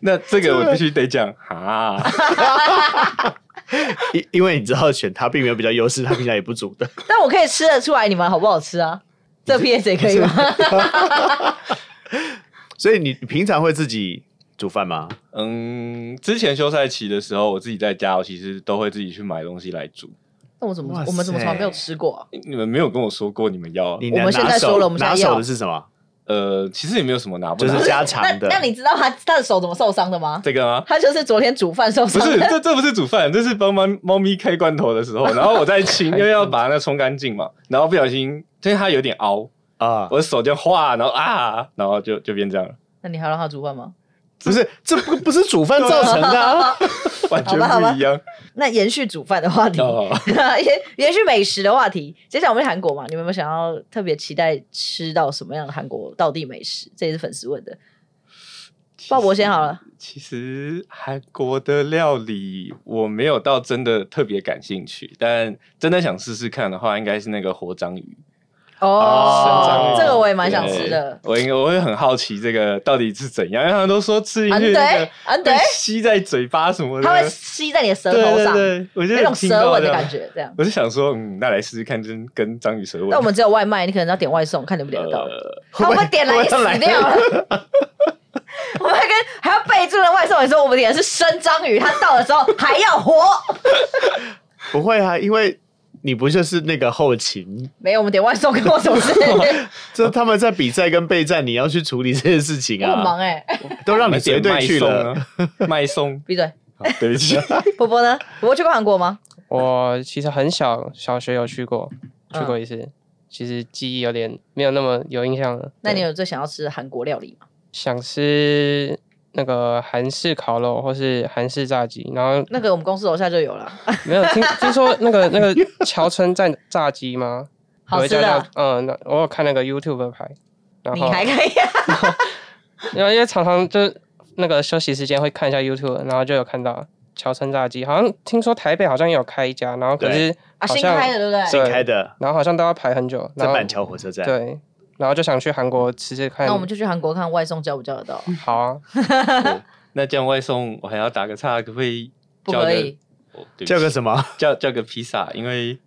D: 那这个我必须得讲啊，
C: 因因为你知道选他并没有比较优势，他平常也不煮的。
A: 但我可以吃得出来你们好不好吃啊？这 PS 也可以吗？
C: 所以你你平常会自己煮饭吗？
D: 嗯，之前休赛期的时候，我自己在家，我其实都会自己去买东西来煮。
A: 那我怎么
C: 哇
A: 我们怎么从来
C: 塞
A: 没有吃过啊、
D: 你们没有跟我说过你们要，
C: 你
A: 我们
C: 拿
A: 现在
C: 拿
A: 说
C: 手
A: 了我们现在
C: 拿
A: 要
C: 手的是什么？
D: 呃，其实也没有什么拿不
C: 就
D: 拿
C: 是
D: 的
C: 家常的。
A: 那那你知道他他的手怎么受伤的吗？
D: 这个吗？
A: 他就是昨天煮饭受
D: 不
A: 伤
D: 是，
A: 的。
D: 这这不是煮饭，这是帮猫猫咪开罐头的时候，然后我 在清，因为要把那冲干净嘛，然后不小心，因为它有点凹，
C: 啊，
D: 我的手就化，然后啊，然后就就变 这样了，
A: 那你还要让他煮饭吗？
C: 不是，这不不是煮饭造成的啊、
D: 完
A: 好
D: 全
A: 吧好吧
D: 不一 样。
A: 那延续煮饭的话题，
D: 哦，
A: 延延续美食的话题。接下来我们去韩国嘛，你们有没有想要特别期待吃到什么样的韩国道地美食？这也是粉丝问的。鲍勃先好了。
D: 其实韩国的料理我没有到真的特别感兴趣，但真的想试试看的话，应该是那个活章鱼。
A: 哦
C: 哦，
A: 这个我也蛮想吃的。
D: 对。我应该我会很好奇这个到底是怎样，因为他们都说吃进
A: 安
D: 去那个
A: 德安德
D: 被，吸在嘴巴什么的，
A: 它会吸在你的舌
D: 对
A: 头
D: 对
A: 上，
D: 对，我就
A: 那种
D: 听
A: 舌
D: 到
A: 吻的
D: 这样
A: 感。觉，这样。
D: 我就想说，嗯，那来试试看，跟跟章鱼舌吻。
A: 但我们只有外卖，你可能要点外送，看点不点得到。
D: 呃，
A: 好，我们点了
C: 会
A: 也
C: 不会
A: 死掉了。 我们还跟还要备注的外送员说，我们点的是生章鱼，他到的时候还要活。
C: 不会啊，因为你不就是那个后勤？
A: 没有，我们点外送跟我什么 事？
C: 这他们在比赛跟备战，你要去处理这件事情
A: 哦我很忙
C: 啊，
A: 哎、。
C: 都让你叠队去了。
D: 啊 麦松
A: 闭嘴。
D: 好对不起，
A: 波波呢？波波去过韩国吗？
B: 我其实很小，小学有去过，去
A: 嗯
B: 过一次，其实记忆有点没有那么有印象了。
A: 那
B: 对
A: 你有最想要吃的韩国料理吗？
B: 想吃那个韩式烤肉或是韩式炸鸡，然后
A: 那个我们公司楼下就有了，
B: 没有听听说那个那个 桥村站炸鸡吗？
A: 好
B: 有一
A: 吃
B: 家
A: 的
B: 叫。嗯，那我有看那个 YouTube 拍，然
A: 你
B: 后
A: 还可以、啊，
B: 因为因为常常就是那个休息时间会看一下 YouTube，然后就有看到桥村炸鸡，好像听说台北好像也有开一家，然后可是好
A: 啊新
B: 像、
A: 开的对不对？
C: 新开的
B: 然后好像都要排很久，
C: 在
B: 然后
C: 板桥火车站，
B: 对，然后就想去韩国吃吃看。
A: 那我们就去韩国看外送叫不叫得到？
B: 好啊，
D: 那这样外送我还要打个岔，可不可以
A: 不
D: 叫
A: 可
D: 个
A: 以？
D: 哦对不起
C: 叫个什么？
D: 叫叫个披萨？因为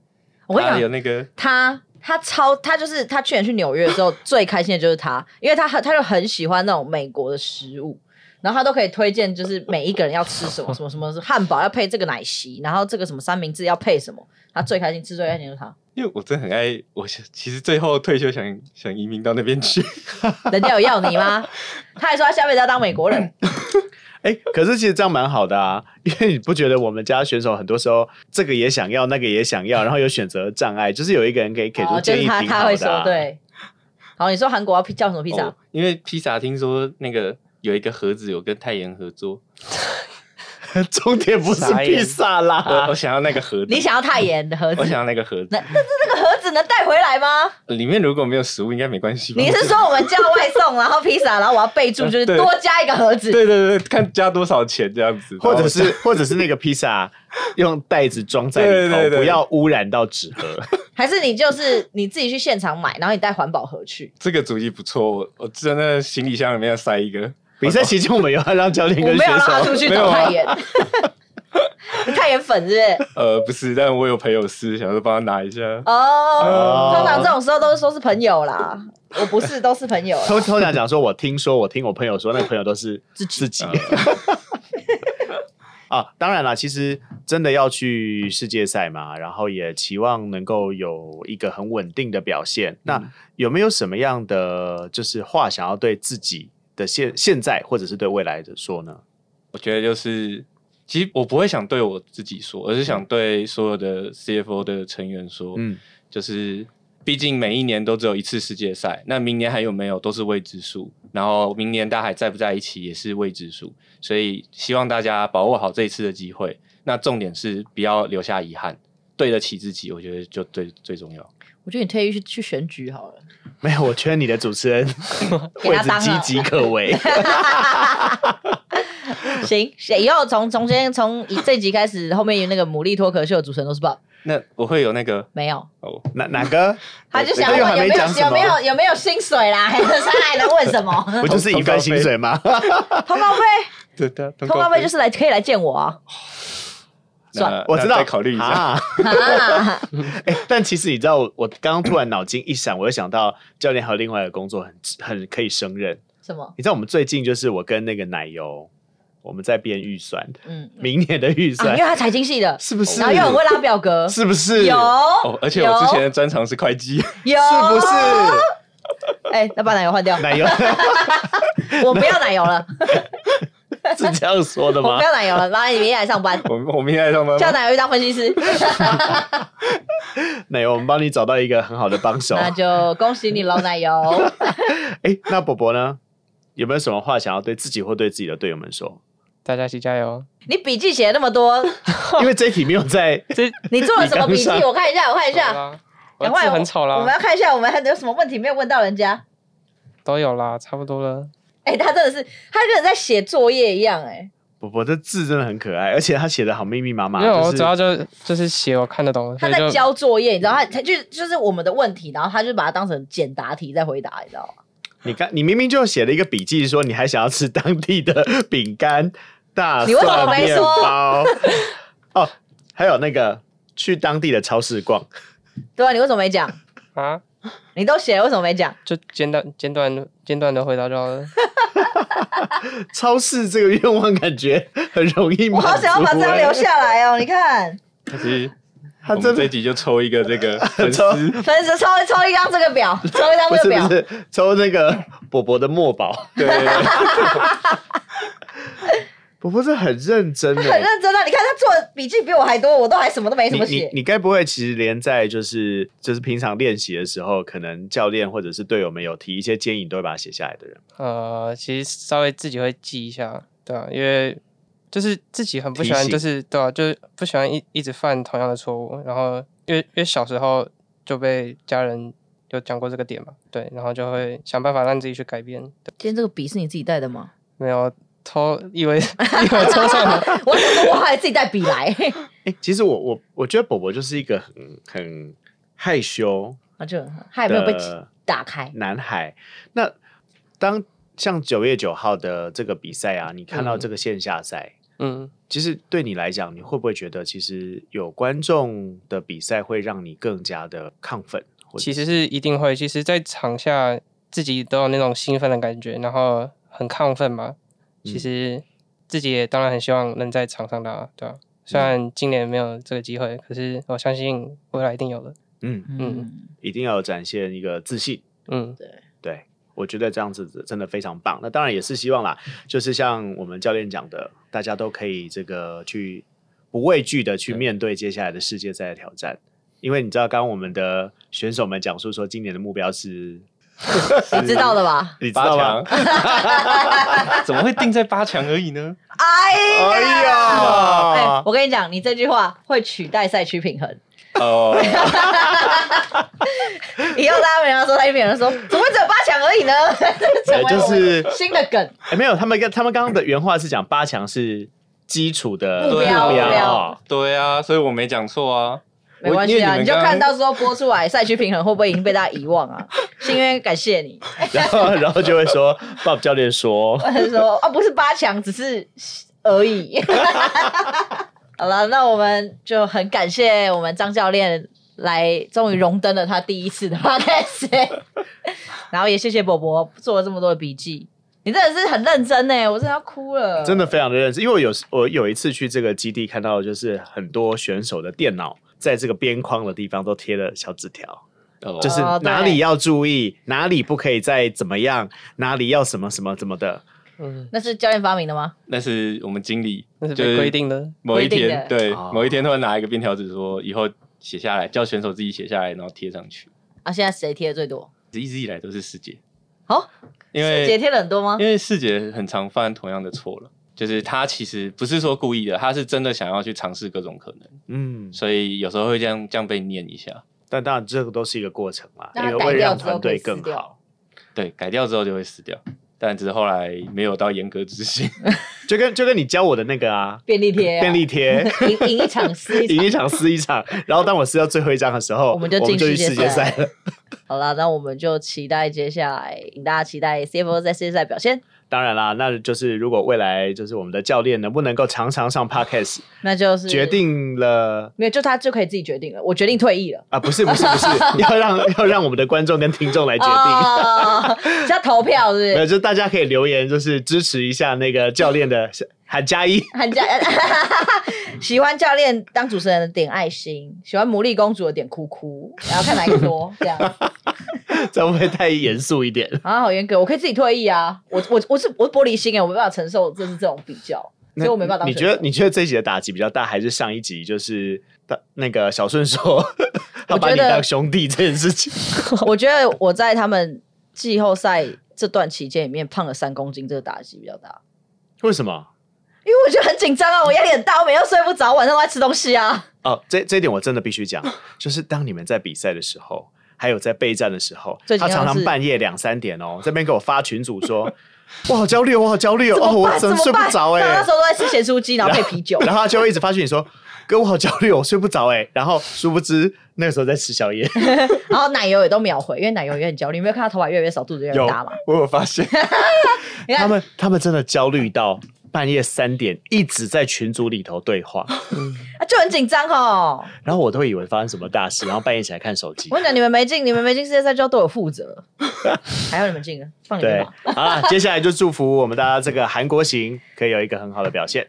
A: 我跟你
D: 它
A: 讲
D: 有，那个
A: 他他超他就是他去年去纽约的时候最开心的就是他， 因为他很他就很喜欢那种美国的食物，然后他都可以推荐就是每一个人要吃什么什么什么汉堡要配这个奶昔，然后这个什么三明治要配什么，他最开心吃最开心就是他，
D: 因为我真的很爱，我想其实最后退休想想移民到那边去，
A: 人家有要你吗？他还说他下辈子要当美国人，
C: 哎，可是其实这样蛮好的啊，因为你不觉得我们家选手很多时候这个也想要，那个也想要，然后有选择障碍，就是有一个人 给给
A: 哦
C: 出
A: 就
C: 建
A: 是
C: 议，
A: 他
C: 挺
A: 他
C: 好
A: 会
C: 的
A: 说
C: 啊。
A: 对。好，你说韩国要披叫 什么披萨？
D: 哦因为披萨听说那个有一个盒子有跟泰妍合作，
C: 重点不是
B: 傻眼
C: 披萨
D: 我我
C: 啦，
D: 想要那个盒子，
A: 啊你想要太严的盒子
D: 我，想要那个盒子
A: 那，那个盒子能带回来 吗？
D: 里面如果没有食物应该没关系吧？
A: 你是说我们叫外送，然后披萨，然后我要备注 就是
D: 对
A: 多加一个盒子？
D: 对对对，看加多少钱这样子，
C: 或者
D: 然后
C: 是或者是那个披萨用袋子装在里
D: 对对
C: 头，
D: 对哦
C: 不要污染到纸盒。
A: 还是你就是你自己去现场买，然后你带环保盒去？
D: 这个主意不错，我我真的行李箱里面要塞一个，
C: 比赛期间我们有要让教练
A: 我
C: 跟
A: 没有
C: 选
A: 让他
C: 手
A: 出去
D: 没有
A: 找
D: 啊
A: 太妍，你太妍粉是不是？
D: 呃，不是，但我有朋友是想说帮他拿一下，
A: 哦，
C: 哦
A: 通常这种时候都是说是朋友啦，我不是，都是朋友啦。
C: 偷偷讲讲说，我听说，我听我朋友说，那个朋友都是自己自己。
D: 嗯
C: 啊，当然啦，其实真的要去世界赛嘛，然后也期望能够有一个很稳定的表现。
D: 嗯
C: 那有没有什么样的就是话想要对自己的现现在或者是对未来的说呢？
D: 我觉得就是，其实我不会想对我自己说，而是想对所有的 CFO 的成员说，
C: 嗯
D: 就是毕竟每一年都只有一次世界赛，那明年还有没有都是未知数，然后明年大家还在不在一起也是未知数，所以希望大家把握好这一次的机会。那重点是不要留下遗憾，对得起自己，我觉得就最最重要。
A: 我觉得你退役去去选举好了。
C: 没有，我觉得你的主 持人位置
A: 当
C: 岌
A: 了
C: 岌可 危。
A: 行，以后从从今天从以这集开始，后面有那个牡蛎脱壳秀的主持人都是 Bob，
D: 那我会有那个
A: 没有。
D: 哦，
C: 哪哪个？
A: 他就想
C: 这
A: 问
C: 个
A: 有没
C: 哎还没
A: 有
C: 讲什
A: 有
C: 么
A: 没，有有没有薪水啦？ 他还能问什么？
C: 不就是一份薪水吗？
A: 通告费，
D: 对的，通
A: 通告费就是来可以来见我啊！算
D: 那
C: 我知道，
D: 那再考虑一下。
C: 啊
A: 啊
C: 哎、但其实你知道，我我刚刚突然脑筋一闪，我又想到教练还有另外一个工作很很可以胜任。
A: 什么？
C: 你知道我们最近就是我跟那个奶油，我们在编预算，
A: 嗯，
C: 明年的预
A: 啊，因
C: 算、
A: 为他财经系的，
C: 是不是？
A: 然后又很会拉表格，
C: 是不是？
A: 有
D: 哦，而且我之前的专长是会计，
A: 有
C: 是不？是？
A: 哎，那把奶油换掉，
C: 奶油
A: 我不要奶油了，
C: 是这样说的
A: 我
C: 吗
A: 不？要奶油了，妈，你明天来上班，
D: 我我明天来上班吗。
A: 叫奶油去当分析师，
C: 奶油，我们帮你找到一个很好的帮手。
A: 那
C: 哎、
A: 就恭喜你老奶油。
C: 那伯伯呢？有没有什么话想要对自己或对自己的队友 们说？
B: 大家一起加油！
A: 你笔记写那么多，
C: 因为这一题没有在
B: 这
A: 你做了什么笔
C: 你刚
A: 记？
C: 上
A: 我看一下，我看一下。
B: 啦，我
A: 赶
B: 的
A: 快，
B: 字很丑
A: 我们要
B: 啦，
A: 看一下，我们还有什么问题没有问到人家？
B: 都有啦，差不多了。
A: 哎、他真的是，他跟人在写作业一样、哎，
C: 伯伯的字真的很可爱，而且他写的好密密麻麻。
B: 没有，
C: 就
B: 我
C: 是
B: 主要就就是写我看得懂，
A: 他
B: 所以就
A: 在交作业，你知道，他他就就是我们的问题，然后他就把它当成简答题在回答，你知道吗？
C: 你看，你明明就写了一个笔记，说你还想要吃当地的饼干、大
A: 你为什么
C: 蒜
A: 没
C: 面
A: 说
C: 包。哦，还有那个去当地的超市逛，
A: 对啊，你为什么没讲？
B: 啊，
A: 你都写了，为什么没讲？
B: 就简短简短简短的回答就好了。
C: 超市这个愿望感觉很容易满足、
A: 我好想要把这张留
C: 欸。
A: 下来哦！你看，
D: 可是
C: 他
D: 我
C: 真
D: 们这
C: 的
D: 一集就抽一个这个粉丝
C: 抽，
A: 分抽抽一张这个表，抽一张
C: 不
A: 这
C: 是
A: 个表
C: 不，是抽那个伯伯的墨宝，
D: 对对对，
C: 伯伯是很认真的、欸
A: 很认真啊！你看他做的笔记比我还多，我都还什么都没什
C: 你
A: 么
C: 你
A: 写。
C: 你该不会其实连在就是就是平常练习的时候，可能教练或者是队友们有提一些建议，你都会把它写下来的人吧。
B: 呃，其实稍微自己会记一下，对啊，因为就是自己很不喜
C: 提
B: 欢，
C: 醒
B: 就是对啊，就是不喜欢一一直犯同样的错误。然后因为因为小时候就被家人有讲过这个点嘛，对，然后就会想办法让自己去改变。对，
A: 今天这个笔是你自己带的吗？
B: 没有偷以为 以为抽上了，
A: 我想说，我还自己带笔来，
C: 哎、其实我我我觉得伯伯就是一个很很害羞
A: 啊，就他也没有被
C: 的
A: 打开。
C: 男孩。那当像九月九号的这个比赛啊，你
A: 嗯
C: 看到这个线下赛，
B: 嗯，
C: 其实对你来讲，你会不会觉得其实有观众的比赛会让你更加的亢奋，或者
B: 其实是一定会。其实，在场下自己都有那种兴奋的感觉，然后很亢奋吧。其实自己也当然很希望能在场上打，对吧、虽然今年没有这个机会，可是我相信未来一定有的。
C: 嗯，
A: 嗯，
C: 一定要展现一个自信。
B: 嗯，
C: 对，我觉得这样子真的非常棒。那当然也是希望啦，就是像我们教练讲的，大家都可以这个去不畏惧的去面对接下来的世界赛的挑战。因为你知道，刚刚我们的选手们讲述说，今年的目标是，
A: 你知道的吧？
C: 你知
D: 八
C: 道吗
D: 强？，怎么会定在八强而已呢？
A: 哎
C: 哎
A: 哎、
C: 呀，
A: 我跟你讲，你这句话会取代赛区平衡。
D: 哦，
A: 以后大家没人说赛区平衡，说怎么会只有八强而已呢？ 成为
C: 哎就
A: 我们
C: 是
A: 新的梗。
C: 哎没有，他们跟他们刚刚的原话是讲八强是基础的
A: 目
D: 标目
A: 标
D: 对啊，所以我没讲错啊。
A: 没关系啊，
D: 我因为你们
A: 你就
D: 刚刚
A: 看到时候播出来赛区平衡会不会已经被大家遗忘 啊？是因为感谢你，
C: 然后然后就会说 Bob 教练说，
A: 他说啊，不是八强，只是而 已。好了，那我们就很感谢我们张教练来，终于荣登了他第一次的 podcast，然后也谢谢伯伯做了这么多的笔记，你真的是很认真欸呢，我真的要哭了，
C: 真的非常的认真，因为我有我有一次去这个基地看到，就是很多选手的电脑在这个边框的地方都贴了小纸条，
D: 哦
C: 就是
A: 哦对
C: 哪里要注意，哪里不可以再怎么样，哪里要什么什么怎么的。
A: 那是教练发明的吗？
D: 那是我们经理，
B: 嗯那是
D: 就
B: 被规定的。
D: 某
A: 规
D: 一
A: 定的
D: 天，对，
C: 哦
D: 某一天突然拿一个便条纸说，以后写下来，叫选手自己写下来，然后贴上去。
A: 啊，现在谁贴的最多？
D: 一直以来都是师姐，
A: 哦，
D: 因
A: 世杰
D: 为
A: 贴了很多吗
D: 因？为师姐很常犯同样的错了，就是她其实不是说故意的，她是真的想要去尝试各种可能，
C: 嗯，
D: 所以有时候会这样这样被念一下。
C: 但当然这个都是一个过程啦，
A: 那
C: 因
A: 他
C: 为为
A: 改
C: 了
A: 掉
C: 让
A: 之后
C: 团
A: 可以
C: 队
A: 撕
C: 更好，
A: 掉，
D: 对，改掉之后就会死掉，但只是后来没有到严格执行。
C: 就跟就跟你教我的那个啊，
A: 便利贴啊，
C: 便利贴。
A: 赢赢一场撕一场
C: 赢。一场撕一场，然后当我撕到最后一张的时候，
A: 我
C: 我
A: 们就进
C: 去
A: 世界
C: 世界
A: 赛
C: 赛了。
A: 好啦，那我们就期待接下来，请大家期待 CFO 在世界赛表现。
C: 当然啦，那就是如果未来就是我们的教练能不能够常常上 podcast，
A: 那就是
C: 决定了。
A: 没有，就他就可以自己决定了。我决定退役了，
C: 啊，不是不 是不是，要让要让我们的观众跟听众哎来决定。
A: 哦，要投票是不
C: 没有，
A: 是？
C: 就是大家可以留言，就是支持一下那个教练的喊加一。
A: 韩家 喜欢教练当主持人的点爱心，喜欢魔力公主的点哭哭，然后看哪一个多这样
C: 这样会不会太严肃一点？
A: 啊，好严格，我可以自己退役啊。我我我是我是玻璃心哎，我没办法承受就是这种比较，所以我没办法当
C: 你
A: 选
C: 觉
A: 手
C: 得你觉得这一集的打击比较大，还是上一集就是大那个小顺说 他把
A: 我觉
C: 你
A: 得
C: 当兄弟这件事情？
A: 我觉得我在他们季后赛这段期间里面胖了三公斤，这个打击比较大。
C: 为什么？
A: 因为我觉得很紧张啊，我压力很大，我每天都睡不着，晚上都在吃东西啊。
C: 哦，这这一点我真的必须讲，就是当你们在比赛的时候，还有在备战的时候
A: 最，紧
C: 他
A: 张
C: 常
A: 是
C: 常半夜两三点哦，这边给我发群主说，我好焦虑哦，我好焦虑哦，
A: 怎
C: 哦，
A: 么办？
C: 我
A: 怎
C: 真
A: 么
C: 的
A: 办？
C: 睡不着哎、
A: 然后那时候都在吃咸酥鸡，然后配啤酒。
C: 然后他就会一直发讯你说：“哥，我好焦虑哦，我睡不着哎、然后殊不知那个时候在吃宵夜，
A: 然后奶油也都秒回，因为奶油也很焦虑，你没有看他头发越来越少，肚子越来越大嘛？
D: 我有发现，
A: 你
C: 他
A: 看，
C: 们他们真的焦虑到半夜三点，一直在群组里头对话，
A: 啊就很紧张哦。
C: 然后我都会以为发生什么大事，然后半夜起来看手机
A: 我。跟你讲，你们没进，你们没进世界赛就要对我负责，还要你们进了，放你们
C: 对
A: 吧。，
C: 好啦，接下来就祝福我们大家这个韩国行可以有一个很好的表现。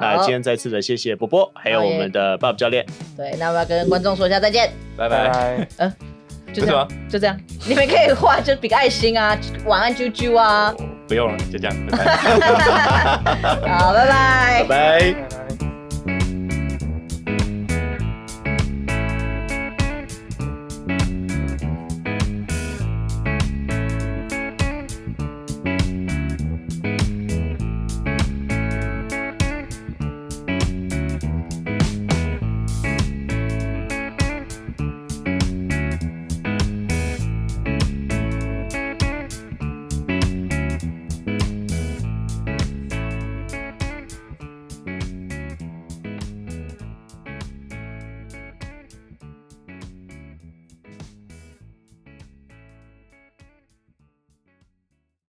C: 那
A: 好
C: 今天再次的谢谢波波，还有
A: 好耶
C: 我们的 Bob 教练，
A: 对，那我要跟观众说一下再见，
D: 拜
B: 拜
D: 拜。
B: 拜。
A: 就这样，就这样。你们可以画就比个爱心啊，晚安啾啾啊。
D: 不用了，就这样，拜拜。
A: 好，拜拜
C: 拜。拜。
B: 拜拜